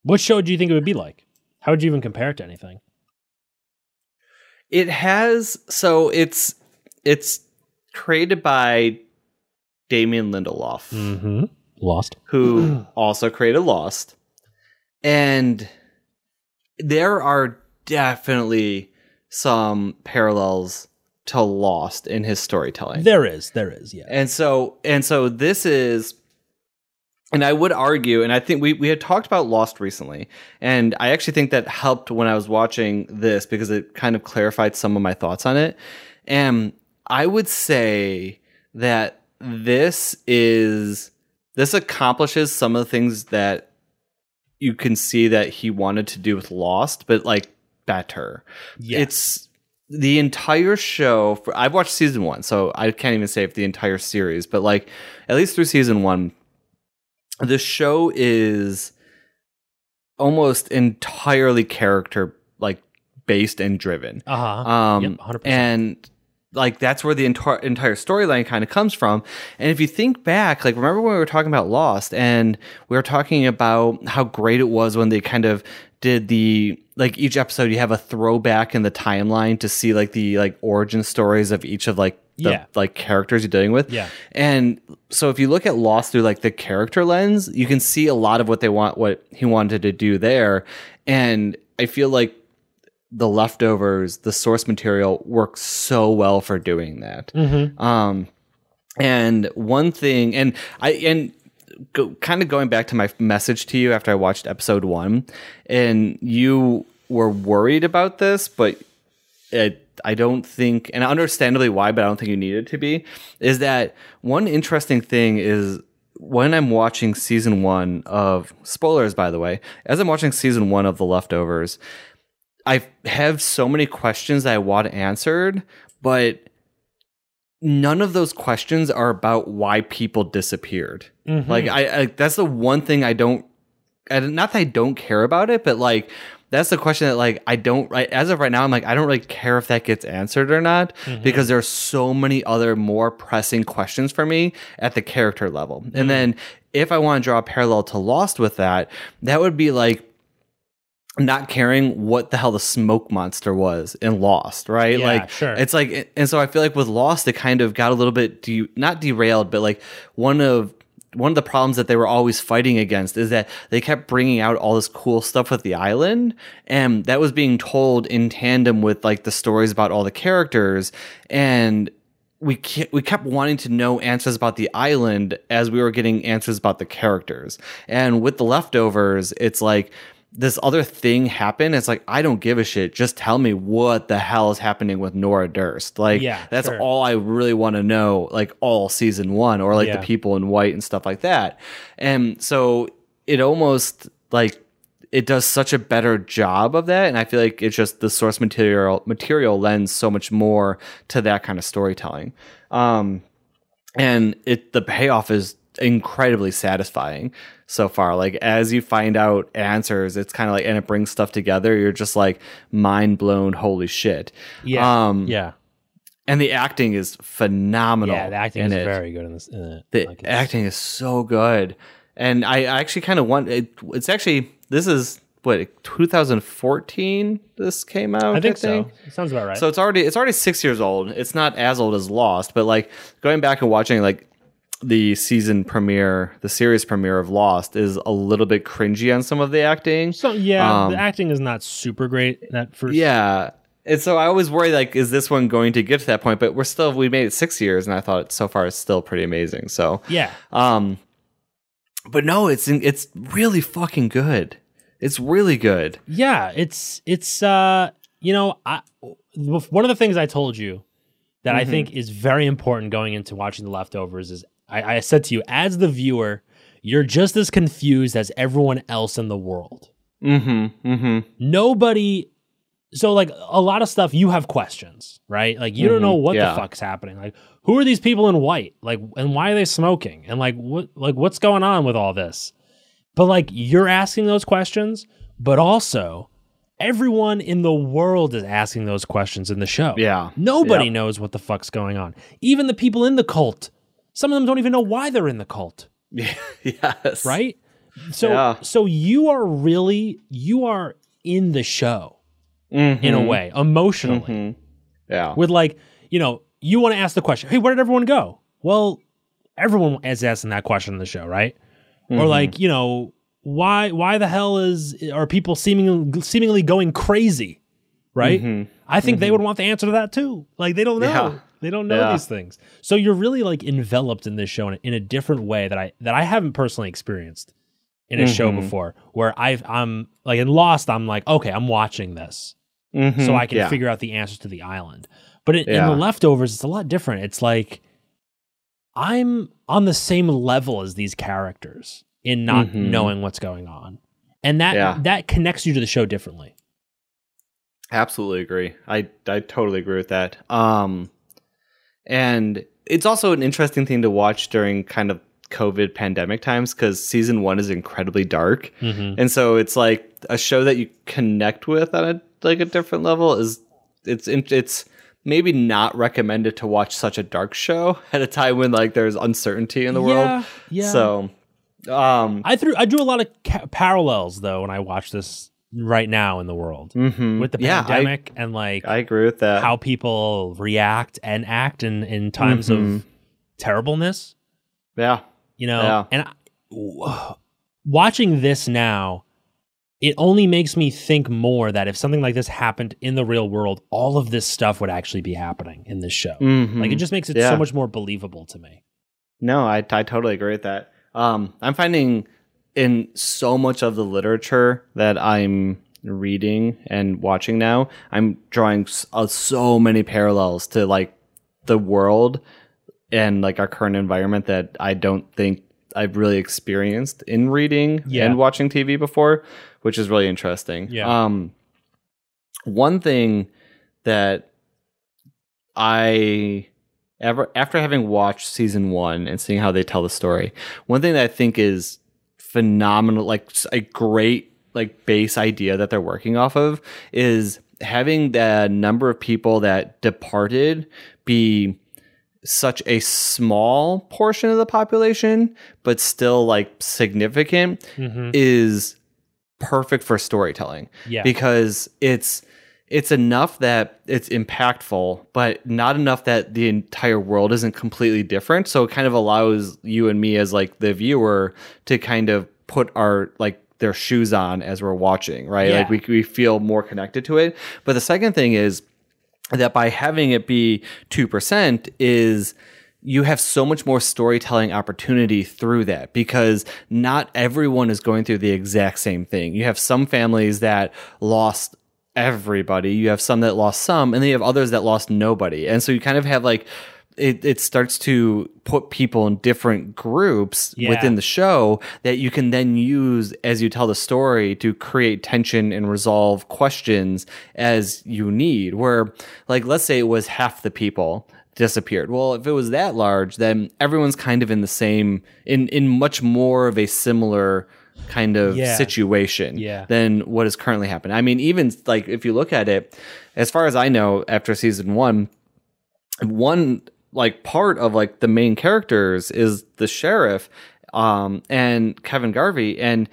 Speaker 2: What show do you think it would be like? How would you even compare it to anything?
Speaker 1: It has so it's it's created by Damien Lindelof,
Speaker 2: Mm-hmm. Lost.
Speaker 1: who also created Lost, and there are definitely some parallels to Lost in his storytelling.
Speaker 2: There is. There is. Yeah.
Speaker 1: And so and so this is and I would argue, and I think we, we had talked about Lost recently, and I actually think that helped when I was watching this because it kind of clarified some of my thoughts on it. And I would say that this is this accomplishes some of the things that you can see that he wanted to do with Lost, but like better.
Speaker 2: Yeah.
Speaker 1: It's the entire show. For, I've watched season one, so I can't even say if the entire series, but like at least through season one, the show is almost entirely character like based and driven.
Speaker 2: uh huh.
Speaker 1: Um,
Speaker 2: Yep, 100%.
Speaker 1: and like that's where the entire entire storyline kind of comes from. And if you think back, like remember when we were talking about Lost, and we were talking about how great it was when they kind of did the like each episode you have a throwback in the timeline to see like the like origin stories of each of like the
Speaker 2: Yeah.
Speaker 1: like characters you're dealing with.
Speaker 2: Yeah.
Speaker 1: And so if you look at Lost through like the character lens, you can see a lot of what they want what he wanted to do there. And I feel like the leftovers, the source material works so well for doing that.
Speaker 2: Mhm.
Speaker 1: Um, and one thing, and I, and go, kind of going back to my message to you after I watched episode one, and you were worried about this, but it, I don't think, and understandably why, but I don't think you needed to be, is that one interesting thing is when I'm watching season one of spoilers, by the way, as I'm watching season one of The Leftovers, I have so many questions that I want answered, but none of those questions are about why people disappeared. Like I, I that's the one thing I don't I, not that I don't care about it, but like that's the question that like I don't I, as of right now I'm like I don't really care if that gets answered or not because there's so many other more pressing questions for me at the character level. And then if I want to draw a parallel to Lost with that, that would be like not caring what the hell the smoke monster was in Lost, right?
Speaker 2: Yeah,
Speaker 1: like
Speaker 2: sure.
Speaker 1: it's like and so I feel like with Lost it kind of got a little bit de- not derailed, but like one of one of the problems that they were always fighting against is that they kept bringing out all this cool stuff with the island and that was being told in tandem with like the stories about all the characters and we ke- we kept wanting to know answers about the island as we were getting answers about the characters. And with the leftovers, it's like this other thing happened. It's like I don't give a shit. Just tell me what the hell is happening with Nora Durst. Like
Speaker 2: Yeah,
Speaker 1: that's
Speaker 2: sure.
Speaker 1: all I really want to know. Like all season one, or like
Speaker 2: Yeah.
Speaker 1: the people in white and stuff like that. And so it almost like it does such a better job of that and i feel like it's just the source material material lends so much more to that kind of storytelling um and it the payoff is incredibly satisfying so far like as you find out answers it's kind of like and it brings stuff together you're just like mind blown holy shit
Speaker 2: yeah.
Speaker 1: um
Speaker 2: yeah.
Speaker 1: and the acting is phenomenal
Speaker 2: Yeah. The acting
Speaker 1: in
Speaker 2: is
Speaker 1: it.
Speaker 2: very good in this. In it.
Speaker 1: The
Speaker 2: Like, it's-
Speaker 1: acting is so good, and I, I actually kind of want it. It's actually this is what 2014 this came out.
Speaker 2: I think so. It sounds about right.
Speaker 1: So it's already it's already six years old. It's not as old as Lost, but like going back and watching like the season premiere, the series premiere of Lost is a little bit cringy on some of the acting.
Speaker 2: So yeah,
Speaker 1: Um,
Speaker 2: the acting is not super great in that first.
Speaker 1: Yeah. And so I always worry like, is this one going to get to that point? But we're still we made it six years, and I thought so far it's still pretty amazing. So
Speaker 2: yeah,
Speaker 1: Um, but no, it's it's really fucking good. It's really good.
Speaker 2: yeah. It's it's uh, you know, I one of the things I told you that I
Speaker 1: Mm-hmm.
Speaker 2: think is very important going into watching The Leftovers is I, I said to you as the viewer, you're just as confused as everyone else in the world.
Speaker 1: Mm-hmm. Mm-hmm.
Speaker 2: Nobody so like a lot of stuff you have questions right like you don't
Speaker 1: Mhm,
Speaker 2: know what
Speaker 1: yeah.
Speaker 2: the fuck's happening like who are these people in white like and why are they smoking and like what like what's going on with all this but like you're asking those questions but also everyone in the world is asking those questions in the show
Speaker 1: Yeah.
Speaker 2: nobody
Speaker 1: Yeah.
Speaker 2: knows what the fuck's going on even the people in the cult some of them don't even know why they're in the cult
Speaker 1: yes.
Speaker 2: right so
Speaker 1: Yeah.
Speaker 2: so you are really you are in the show
Speaker 1: Mhm.
Speaker 2: in a way emotionally
Speaker 1: Mhm. Yeah.
Speaker 2: with like you know you want to ask the question hey where did everyone go well everyone is asking that question in the show right or
Speaker 1: Mhm.
Speaker 2: like you know why why the hell is are people seemingly seemingly going crazy right
Speaker 1: Mhm.
Speaker 2: i think they would want the answer to that too like they don't know
Speaker 1: Yeah.
Speaker 2: they don't know
Speaker 1: Yeah.
Speaker 2: these things so you're really like enveloped in this show in a, in a different way that i that i haven't personally experienced in a show
Speaker 1: Mhm.
Speaker 2: before where i've i'm like in lost i'm like okay i'm watching this
Speaker 1: Mhm.
Speaker 2: so I can
Speaker 1: Yeah.
Speaker 2: figure out the answers to the island. But in, in
Speaker 1: Yeah.
Speaker 2: the leftovers, it's a lot different. It's like I'm on the same level as these characters in not
Speaker 1: Mhm.
Speaker 2: knowing what's going on, and that
Speaker 1: Yeah.
Speaker 2: that connects you to the show differently.
Speaker 1: Absolutely agree. I I totally agree with that. Um, and it's also an interesting thing to watch during kind of COVID pandemic times because season one is incredibly dark, and so it's like a show that you connect with on a like a different level is it's in- it's maybe not recommended to watch such a dark show at a time when like there's uncertainty in the
Speaker 2: Yeah,
Speaker 1: world.
Speaker 2: yeah.
Speaker 1: So, um,
Speaker 2: I threw I drew a lot of ca- parallels though when I watch this right now in the world
Speaker 1: mhm.
Speaker 2: with the
Speaker 1: Yeah, I-
Speaker 2: pandemic and like
Speaker 1: I agree with that.
Speaker 2: how people react and act in in times
Speaker 1: Mhm.
Speaker 2: of terribleness.
Speaker 1: yeah.
Speaker 2: you know
Speaker 1: Yeah.
Speaker 2: and I, w- watching this now it only makes me think more that if something like this happened in the real world all of this stuff would actually be happening in this show
Speaker 1: Mhm.
Speaker 2: like it just makes it
Speaker 1: Yeah.
Speaker 2: so much more believable to me
Speaker 1: No, I, I totally agree with that. Um, I'm finding in so much of the literature that I'm reading and watching now, I'm drawing s- uh, so many parallels to like the world and like our current environment that I don't think I've really experienced in reading
Speaker 2: Yeah.
Speaker 1: and watching TV before, which is really interesting.
Speaker 2: Yeah.
Speaker 1: Um, one thing that I ever after having watched season one and seeing how they tell the story, one thing that I think is phenomenal, like s- a great like base idea that they're working off of is having the number of people that departed be such a small portion of the population, but still like significant is perfect for storytelling
Speaker 2: yeah
Speaker 1: because it's it's enough that it's impactful but not enough that the entire world isn't completely different so it kind of allows you and me as like the viewer to kind of put our like their shoes on as we're watching right
Speaker 2: Yeah.
Speaker 1: like we, we feel more connected to it but the second thing is that by having it be 2% is you have so much more storytelling opportunity through that because not everyone is going through the exact same thing. You have some families that lost everybody, you have some that lost some, and then you have others that lost nobody. And so you kind of have like, it, it starts to put people in different groups
Speaker 2: Yeah.
Speaker 1: within the show that you can then use as you tell the story to create tension and resolve questions as you need. Where, like, let's say it was half the people disappeared. Well, if it was that large, then everyone's kind of in the same, in in much more of a similar kind of
Speaker 2: Yeah.
Speaker 1: situation
Speaker 2: Yeah.
Speaker 1: than what is currently happening. I mean, even like if you look at it, as far as I know, after season one, one like part of like the main characters is the sheriff um and Kevin Garvey and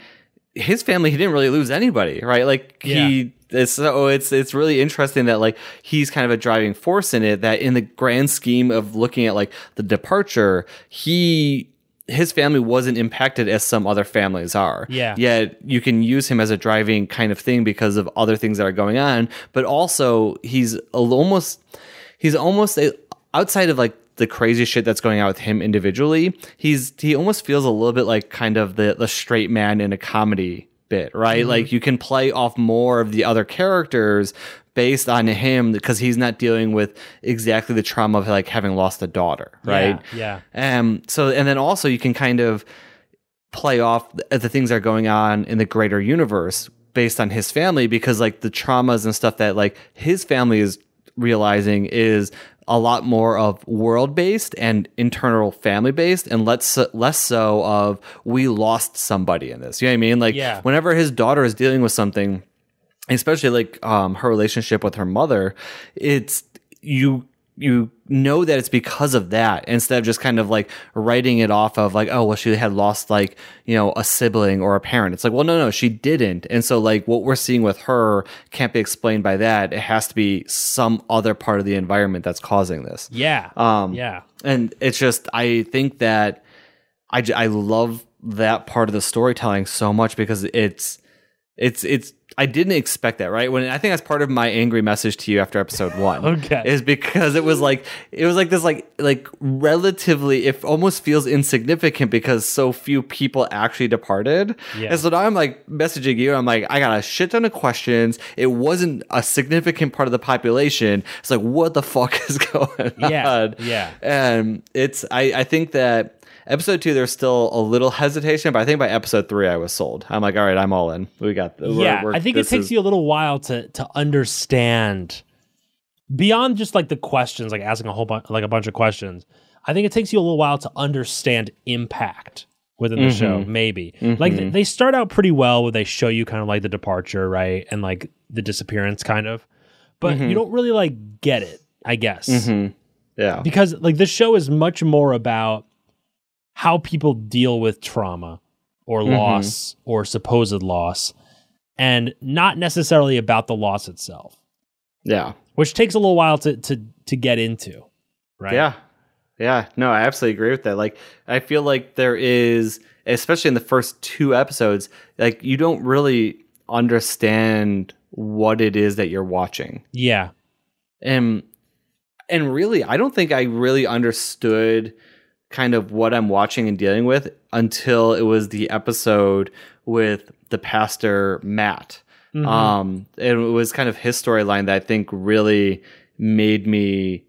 Speaker 1: his family he didn't really lose anybody right like he it's so it's it's really interesting that like he's kind of a driving force in it that in the grand scheme of looking at like the departure he his family wasn't impacted as some other families are
Speaker 2: Yeah.
Speaker 1: yet you can use him as a driving kind of thing because of other things that are going on but also he's a- almost he's almost a, outside of like the crazy shit that's going on with him individually he's he almost feels a little bit like kind of the the straight man in a comedy bit right like you can play off more of the other characters based on him because he's not dealing with exactly the trauma of like having lost a daughter right
Speaker 2: yeah
Speaker 1: um, so, and then also you can kind of play off the, the things that are going on in the greater universe based on his family because like the traumas and stuff that like his family is realizing is a lot more of world based and internal family based and less less so of we lost somebody in this you know what i mean like
Speaker 2: Yeah.
Speaker 1: whenever his daughter is dealing with something especially like um her relationship with her mother it's you you know that it's because of that instead of just kind of like writing it off of like oh well she had lost like you know a sibling or a parent it's like well no no she didn't and so like what we're seeing with her can't be explained by that it has to be some other part of the environment that's causing this
Speaker 2: Yeah.
Speaker 1: Um,
Speaker 2: yeah.
Speaker 1: and it's just i think that I, j- I love that part of the storytelling so much because it's it's it's i didn't expect that right when i think that's part of my angry message to you after episode one
Speaker 2: Okay.
Speaker 1: is because it was like it was like this like like relatively it almost feels insignificant because so few people actually departed
Speaker 2: Yeah.
Speaker 1: and so now i'm like messaging you and i'm like i got a shit ton of questions it wasn't a significant part of the population it's like what the fuck is going
Speaker 2: Yeah,
Speaker 1: on
Speaker 2: yeah.
Speaker 1: and Um, it's I, I think that episode two there's still a little hesitation, but I think by episode three I was sold. I'm like, all right, I'm all in. We got the
Speaker 2: yeah, I think it takes you a little while to to understand beyond just like the questions, like asking a whole bunch, like a bunch of questions. I think it takes you a little while to understand impact within the show. Maybe like th- they start out pretty well where they show you kind of like the departure, right, and like the disappearance, kind of, but you don't really like get it. I guess
Speaker 1: Mm-hmm. yeah.
Speaker 2: because like this show is much more about how people deal with trauma or loss or supposed loss and not necessarily about the loss itself
Speaker 1: Yeah.
Speaker 2: which takes a little while to to to get into right
Speaker 1: Yeah. Yeah. No, I absolutely agree with that. Like, I feel like there is, especially in the first two episodes, like, you don't really understand what it is that you're watching.
Speaker 2: yeah
Speaker 1: And, Um, and really, I don't think I really understood kind of what I'm watching and dealing with until it was the episode with the pastor, Matt.
Speaker 2: Mm-hmm.
Speaker 1: Um, and it was kind of his storyline that I think really made me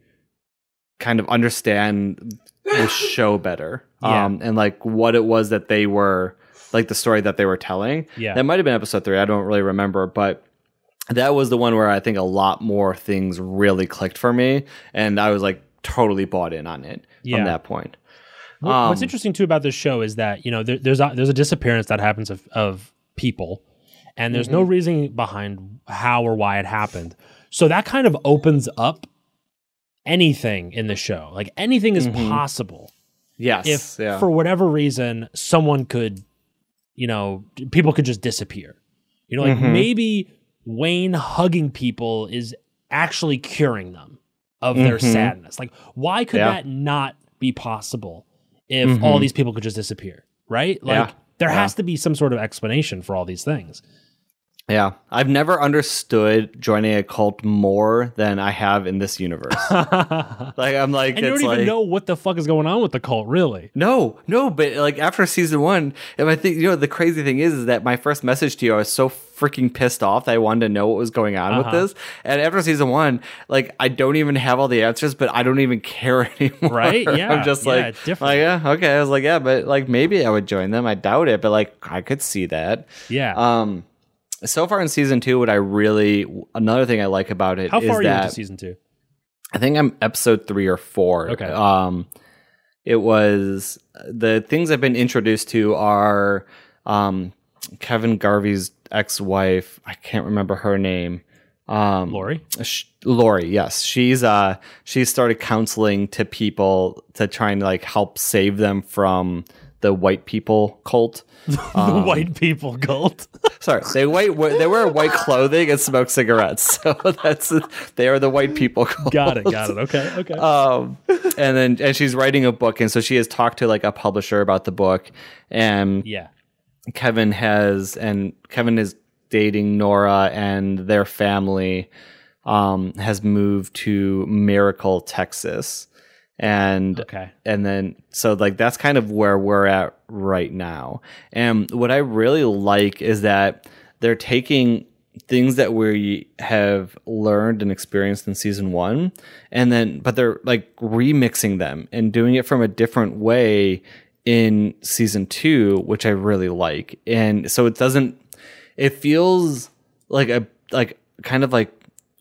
Speaker 1: kind of understand the show better.
Speaker 2: Yeah.
Speaker 1: Um, and like what it was that they were like the story that they were telling.
Speaker 2: Yeah.
Speaker 1: That might have been episode three. I don't really remember, but that was the one where I think a lot more things really clicked for me. And I was like totally bought in on it
Speaker 2: Yeah.
Speaker 1: from that point.
Speaker 2: Wh- What's
Speaker 1: Um,
Speaker 2: interesting too about this show is that you know there, there's a, there's a disappearance that happens of, of people, and there's no reason behind how or why it happened. So that kind of opens up anything in the show. Like anything is possible
Speaker 1: Yes.
Speaker 2: if
Speaker 1: yeah.
Speaker 2: for whatever reason someone could, you know, d- people could just disappear. You know, like
Speaker 1: Mhm.
Speaker 2: maybe Wayne hugging people is actually curing them of their
Speaker 1: Mhm.
Speaker 2: sadness. Like, why could
Speaker 1: Yeah.
Speaker 2: that not be possible if all
Speaker 1: Mhm.
Speaker 2: these people could just disappear? Right?
Speaker 1: Yeah.
Speaker 2: Like, there
Speaker 1: Yeah.
Speaker 2: has to be some sort of explanation for all these things.
Speaker 1: Yeah, I've never understood joining a cult more than I have in this universe.
Speaker 2: and
Speaker 1: like I'm like,
Speaker 2: you don't
Speaker 1: it's
Speaker 2: even
Speaker 1: like,
Speaker 2: know what the fuck is going on with the cult, really.
Speaker 1: No, no, but like after season one, and I think you know the crazy thing is, is that my first message to you, I was so freaking pissed off that I wanted to know what was going on
Speaker 2: Uh-huh.
Speaker 1: with this. And after season one, like I don't even have all the answers, but I don't even care anymore.
Speaker 2: Right? Yeah,
Speaker 1: I'm just
Speaker 2: yeah,
Speaker 1: like,
Speaker 2: it's different.
Speaker 1: like, yeah, okay. I was like, yeah, but like maybe I would join them. I doubt it, but like I could see that.
Speaker 2: Yeah.
Speaker 1: Um, so far in season two, what I really another thing I like about it is
Speaker 2: How far are you
Speaker 1: that
Speaker 2: into season two?
Speaker 1: I think I'm episode three or four.
Speaker 2: Okay.
Speaker 1: Um, it was the things I've been introduced to are um, Kevin Garvey's ex-wife. I can't remember her name. Um,
Speaker 2: Lori?
Speaker 1: Sh- Lori, yes, she's uh she started counseling to people to try and like help save them from the white people cult. Um,
Speaker 2: the white people cult.
Speaker 1: Sorry, they white they wear white clothing and smoke cigarettes. So that's they are the white people cult.
Speaker 2: got it. Got it. Okay. Okay.
Speaker 1: um, and then and she's writing a book, and so she has talked to like a publisher about the book, and
Speaker 2: yeah.
Speaker 1: Kevin has and Kevin is dating Nora, and their family um, has moved to Miracle, Texas, and
Speaker 2: Okay.
Speaker 1: and then so like that's kind of where we're at right now and what i really like is that they're taking things that we have learned and experienced in season one and then but they're like remixing them and doing it from a different way in season two which i really like and so it doesn't it feels like a like kind of like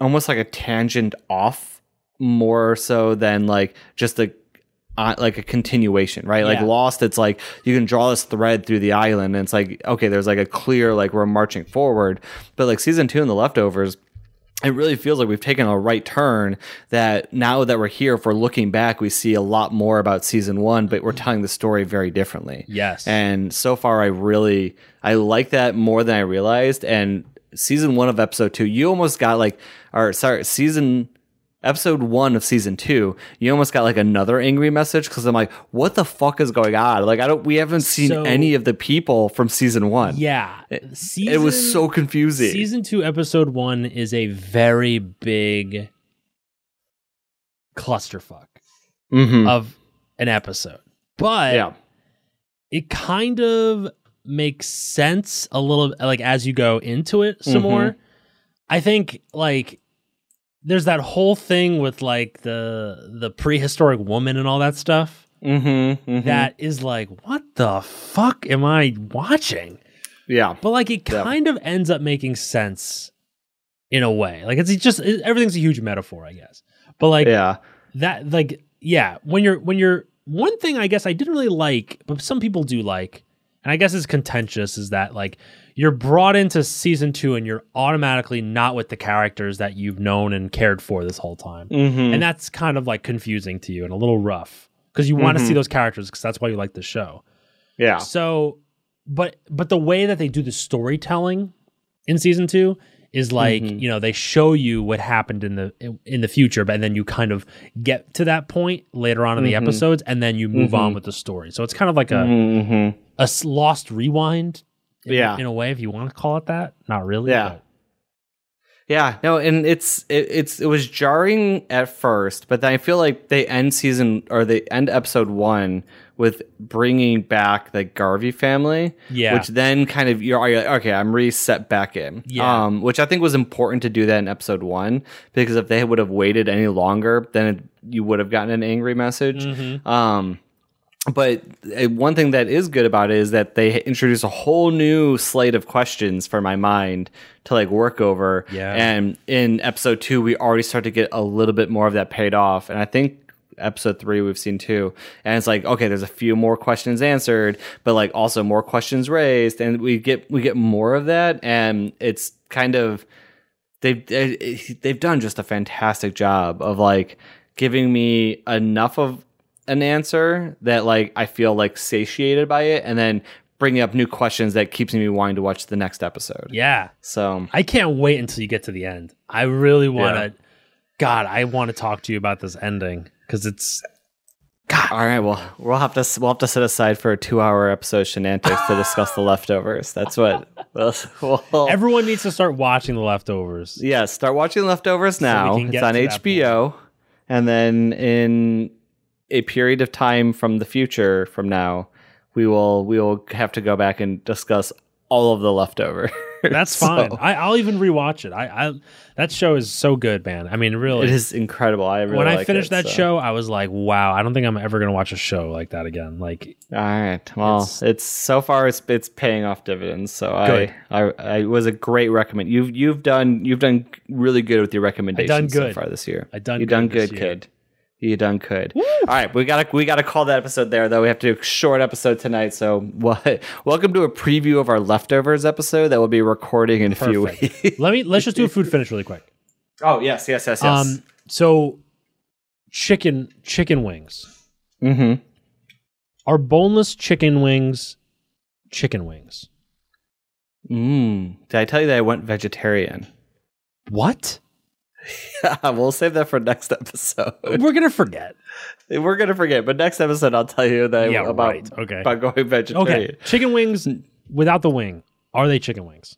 Speaker 1: almost like a tangent off more so than like just a uh, like a continuation, right? Like
Speaker 2: Yeah.
Speaker 1: Lost, it's like you can draw this thread through the island, and it's like okay, there's like a clear like we're marching forward, but like season two and the leftovers. It really feels like we've taken a right turn. That now that we're here, if we're looking back, we see a lot more about season one, but we're telling the story very differently.
Speaker 2: Yes.
Speaker 1: And so far, I really I like that more than I realized. And season one of episode two, you almost got like, or sorry, season episode one of season two, you almost got like another angry message because I'm like, what the fuck is going on? Like, I don't, we haven't seen
Speaker 2: So-
Speaker 1: any of the people from season one.
Speaker 2: yeah.
Speaker 1: it was so confusing.
Speaker 2: Season two, episode one is a very big clusterfuck
Speaker 1: Mhm.
Speaker 2: of an episode, but
Speaker 1: yeah,
Speaker 2: it kind of makes sense a little like as you go into it some
Speaker 1: Mhm.
Speaker 2: more i think like there's that whole thing with like the the prehistoric woman and all that stuff
Speaker 1: mm-hmm,
Speaker 2: that is like what the fuck am i watching
Speaker 1: yeah,
Speaker 2: but like it
Speaker 1: Yeah.
Speaker 2: kind of ends up making sense in a way like it's just it, everything's a huge metaphor i guess but like
Speaker 1: yeah,
Speaker 2: that like yeah when you're when you're one thing i guess i didn't really like but some people do like and i guess it's contentious is that like you're brought into season two and you're automatically not with the characters that you've known and cared for this whole time
Speaker 1: mm-hmm.
Speaker 2: and that's kind of like confusing to you and a little rough because you want to see
Speaker 1: Mhm.
Speaker 2: those characters because that's why you like the show
Speaker 1: yeah,
Speaker 2: so but but the way that they do the storytelling in season two is like
Speaker 1: Mhm.
Speaker 2: you know they show you what happened in the in, in the future but then you kind of get to that point later on in the
Speaker 1: Mhm.
Speaker 2: episodes and then you move on
Speaker 1: Mhm.
Speaker 2: with the story so it's kind of like a,
Speaker 1: mm-hmm.
Speaker 2: a s- lost rewind in,
Speaker 1: Yeah.
Speaker 2: in a way if you want to call it that not really
Speaker 1: Yeah.
Speaker 2: but-
Speaker 1: Yeah, no, and it's it, it's it was jarring at first, but then I feel like they end season or they end episode one with bringing back the Garvey family,
Speaker 2: yeah
Speaker 1: which then kind of you're, you're like, okay, I'm reset back in,
Speaker 2: Yeah.
Speaker 1: Um, which I think was important to do that in episode one because if they would have waited any longer, then it, you would have gotten an angry message.
Speaker 2: Mhm.
Speaker 1: Um, but uh, one thing that is good about it is that they introduce a whole new slate of questions for my mind to like work over.
Speaker 2: Yeah.
Speaker 1: And in episode two, we already start to get a little bit more of that paid off. And I think episode three we've seen too and it's like okay there's a few more questions answered but like also more questions raised and we get we get more of that and it's kind of they've they- they've done just a fantastic job of like giving me enough of an answer that like I feel like satiated by it, and then bringing up new questions that keeps me wanting to watch the next episode.
Speaker 2: yeah
Speaker 1: So
Speaker 2: i can't wait until you get to the end i really want to god i want to talk to you about this ending because it's
Speaker 1: all right, well we'll have to we'll have to set aside for a two hour episode of Shenantics to discuss the leftovers. That's what. We'll, we'll-
Speaker 2: everyone needs to start watching the leftovers
Speaker 1: yeah, start watching Leftovers now.
Speaker 2: can
Speaker 1: it's
Speaker 2: get
Speaker 1: on
Speaker 2: to that
Speaker 1: HBO, and then in a period of time from the future, from now, we will we will have to go back and discuss all of the leftover.
Speaker 2: That's
Speaker 1: So-
Speaker 2: fine. I, I'll even rewatch it. I, I that show is so good, man. I mean, really.
Speaker 1: It is incredible. I really
Speaker 2: when I
Speaker 1: like
Speaker 2: finished
Speaker 1: it,
Speaker 2: that
Speaker 1: so.
Speaker 2: show, I was like, wow, I don't think I'm ever gonna watch a show like that again. Like,
Speaker 1: All right. Well,
Speaker 2: It's-
Speaker 1: it's, so far it's it's paying off dividends. So
Speaker 2: Good.
Speaker 1: I, I I it was a great recommend. You've you've done you've done really good with your recommendations
Speaker 2: good.
Speaker 1: so far this year.
Speaker 2: I done
Speaker 1: you
Speaker 2: good
Speaker 1: done
Speaker 2: this
Speaker 1: good,
Speaker 2: year.
Speaker 1: kid. You done good. All right, we gotta we gotta call that episode there though. We have to do a short episode tonight. So what? Welcome to a preview of our leftovers episode that we'll be recording in a few
Speaker 2: Perfect.
Speaker 1: weeks.
Speaker 2: let me let's just do a food finish really quick.
Speaker 1: oh yes, yes, yes, yes.
Speaker 2: Um, so chicken chicken wings
Speaker 1: mm-hmm.
Speaker 2: are boneless chicken wings, chicken wings.
Speaker 1: Mm. Did I tell you that I went vegetarian?
Speaker 2: What?
Speaker 1: we'll save that for next episode.
Speaker 2: We're gonna forget.
Speaker 1: We're gonna forget, but next episode I'll tell you that
Speaker 2: Yeah,
Speaker 1: uh, about
Speaker 2: right. Okay.
Speaker 1: about going vegetarian.
Speaker 2: Okay, chicken wings without the wing. Are they chicken wings?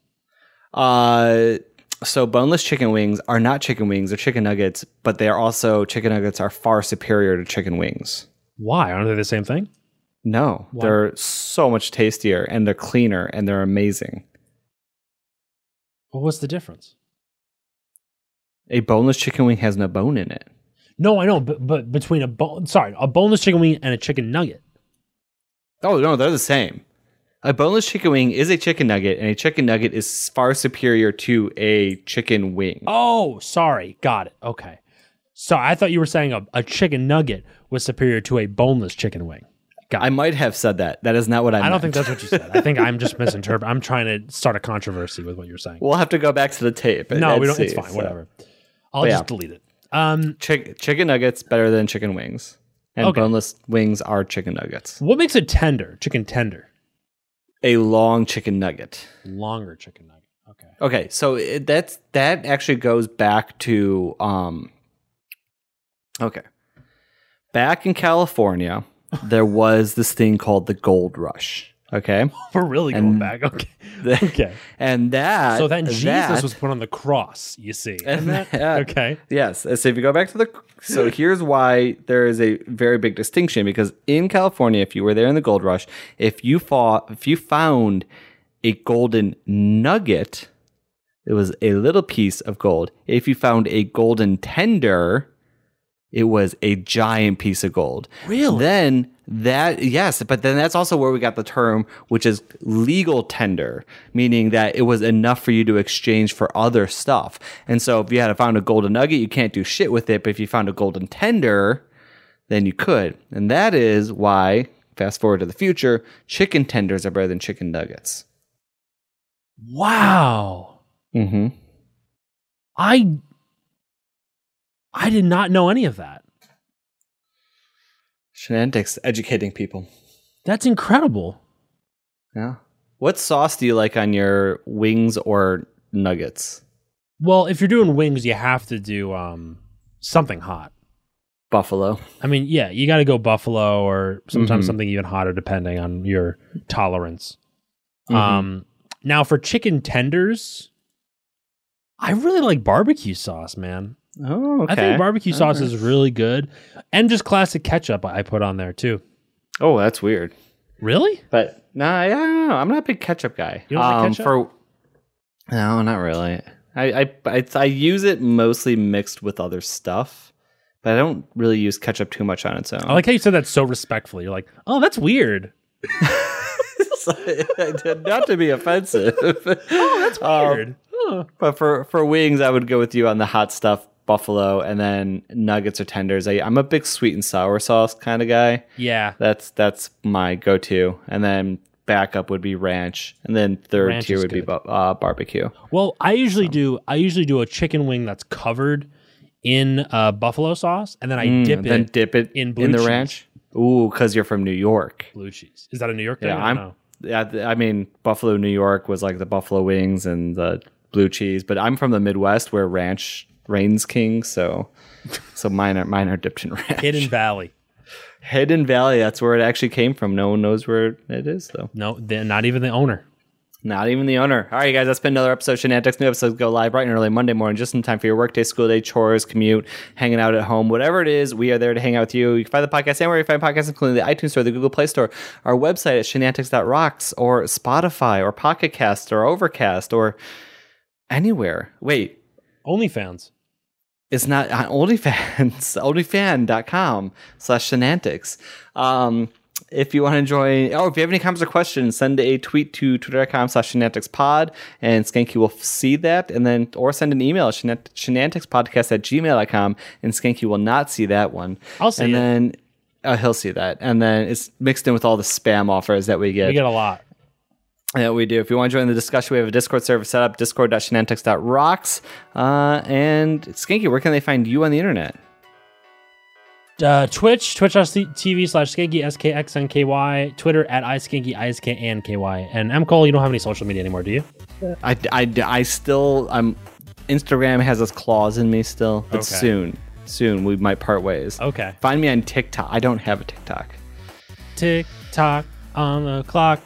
Speaker 1: Uh, so boneless chicken wings are not chicken wings; they're chicken nuggets, but they are also chicken nuggets are far superior to chicken wings.
Speaker 2: Why aren't they the same thing?
Speaker 1: No,
Speaker 2: Why?
Speaker 1: they're so much tastier and they're cleaner and they're amazing.
Speaker 2: Well, what's the difference?
Speaker 1: A boneless chicken wing has no bone in it.
Speaker 2: No, I know, but but between a bone, sorry, a boneless chicken wing and a chicken nugget.
Speaker 1: Oh no, they're the same. A boneless chicken wing is a chicken nugget, and a chicken nugget is far superior to a chicken wing.
Speaker 2: Oh, sorry. Got it. Okay. So I thought you were saying a, a chicken nugget was superior to a boneless chicken wing. Got it.
Speaker 1: I might have said that. That is not what I.
Speaker 2: I don't think
Speaker 1: meant.
Speaker 2: that's what you said. I think I'm just misinterpreting. I'm trying to start a controversy with what you're saying.
Speaker 1: We'll have to go back to the tape.
Speaker 2: no,
Speaker 1: and
Speaker 2: we don't.
Speaker 1: see,
Speaker 2: it's fine.
Speaker 1: so.
Speaker 2: Whatever. I'll
Speaker 1: But
Speaker 2: just
Speaker 1: yeah.
Speaker 2: delete it. Um,
Speaker 1: Chick- chicken nuggets better than chicken wings, and
Speaker 2: Okay.
Speaker 1: boneless wings are chicken nuggets.
Speaker 2: what makes it tender? Chicken tender.
Speaker 1: A long chicken nugget.
Speaker 2: Longer chicken nugget. Okay.
Speaker 1: Okay, so it, that's that actually goes back to um okay. Back in California, there was this thing called the gold rush, okay?
Speaker 2: We're really going
Speaker 1: And-
Speaker 2: back. Okay.
Speaker 1: The-
Speaker 2: Okay.
Speaker 1: And that
Speaker 2: So then Jesus
Speaker 1: that-
Speaker 2: was put on the cross. You see.
Speaker 1: And
Speaker 2: Isn't that-
Speaker 1: that-
Speaker 2: okay.
Speaker 1: Yes. So if you go back to the so here's why there is a very big distinction because in California, if you were there in the gold rush, if you fought if you found a golden nugget, it was a little piece of gold. If you found a golden tender, it was a giant piece of gold.
Speaker 2: Really?
Speaker 1: Then that yes, but then that's also where we got the term which is legal tender, meaning that it was enough for you to exchange for other stuff. And so if you had found a golden nugget, you can't do shit with it, but if you found a golden tender, then you could. And that is why fast forward to the future, chicken tenders are better than chicken nuggets.
Speaker 2: Wow.
Speaker 1: Mhm.
Speaker 2: I I did not know any of that.
Speaker 1: Shenanigans educating people.
Speaker 2: That's incredible.
Speaker 1: Yeah. What sauce do you like on your wings or nuggets?
Speaker 2: Well, if you're doing wings, you have to do um something hot.
Speaker 1: Buffalo.
Speaker 2: I mean, yeah, you got to go buffalo or sometimes
Speaker 1: Mhm.
Speaker 2: something even hotter depending on your tolerance.
Speaker 1: Mhm.
Speaker 2: Um now for chicken tenders, I really like barbecue sauce, man.
Speaker 1: Oh, okay.
Speaker 2: I think barbecue sauce
Speaker 1: Alright.
Speaker 2: is really good and just classic ketchup I I put on there too.
Speaker 1: Oh, that's weird.
Speaker 2: Really?
Speaker 1: But no, I, I don't know. I'm not a big ketchup guy. Um,
Speaker 2: You don't like ketchup?
Speaker 1: For no, not really. I, I I I use it mostly mixed with other stuff, but I don't really use ketchup too much on its own.
Speaker 2: I like how you said that so respectfully. You're like, "Oh, that's weird."
Speaker 1: not to be offensive. oh, that's
Speaker 2: Weird. Huh.
Speaker 1: But for for wings, I would go with you on the hot stuff, buffalo, and then nuggets or tenders. I, I'm a big sweet and sour sauce kind of guy.
Speaker 2: Yeah.
Speaker 1: That's that's my go to, and then backup would be ranch, and then third
Speaker 2: Ranch
Speaker 1: tier
Speaker 2: is
Speaker 1: would be bu- uh, barbecue.
Speaker 2: Well, I usually do. I usually do a chicken wing that's covered in uh, buffalo sauce, and then I
Speaker 1: Mm,
Speaker 2: dip it
Speaker 1: then dip it
Speaker 2: in
Speaker 1: in,
Speaker 2: blue
Speaker 1: the
Speaker 2: cheese.
Speaker 1: ranch. Ooh, because you're from New York.
Speaker 2: blue cheese. Is that a New York thing?
Speaker 1: Yeah,
Speaker 2: I
Speaker 1: I'm.
Speaker 2: don't know.
Speaker 1: Yeah, th- I mean Buffalo, New York was like the buffalo wings and the blue cheese, but I'm from the Midwest where ranch reigns king. So, so mine are mine are dipped in ranch.
Speaker 2: Hidden Valley.
Speaker 1: Hidden Valley. That's where it actually came from. No one knows where it is, though.
Speaker 2: No, they're not even the owner.
Speaker 1: Not even the owner. All right, you guys, that's been another episode. of Shenanigans new episodes go live bright and early Monday morning, just in time for your workday, school day, chores, commute, hanging out at home, whatever it is. We are there to hang out with you. You can find the podcast anywhere you find podcasts, including the iTunes Store, the Google Play Store, our website at shenanigans.rocks, or Spotify, or Pocket Cast, or Overcast, or anywhere. Wait,
Speaker 2: OnlyFans.
Speaker 1: it's not on OnlyFans, OnlyFan.com slash Shenantics. Um, if you want to join, oh, if you have any comments or questions, send a tweet to twitter.com slash shenanticspod and Skanky will f- see that. And then, or send an email, shenan- shenanticspodcast at gmail.com and Skanky will not see that one.
Speaker 2: I'll see
Speaker 1: And
Speaker 2: it.
Speaker 1: then, oh, he'll see that. And then it's mixed in with all the spam offers that we get.
Speaker 2: We get a lot.
Speaker 1: Yeah, we do. If you want to join the discussion, we have a Discord server set up, discord.shenantics.rocks. Uh, and Skinky, where can they find you on the internet?
Speaker 2: Uh, Twitch, twitch.tv slash skanky, S-K-X-N-K-Y. Twitter at iskanky, I-S-K-N-K-Y. And M. Cole, you don't have any social media anymore, do you?
Speaker 1: I, I, I still, I'm, Instagram has its claws in me still, but
Speaker 2: Okay.
Speaker 1: soon, soon we might part ways.
Speaker 2: Okay.
Speaker 1: Find me on TikTok. I don't have a TikTok.
Speaker 2: Tick tock on the clock.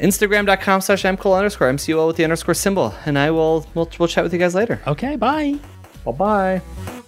Speaker 1: Instagram.com slash mcol underscore MCUL with the underscore symbol. And I will, we'll, we'll chat with you guys later.
Speaker 2: Okay, bye.
Speaker 1: Bye bye.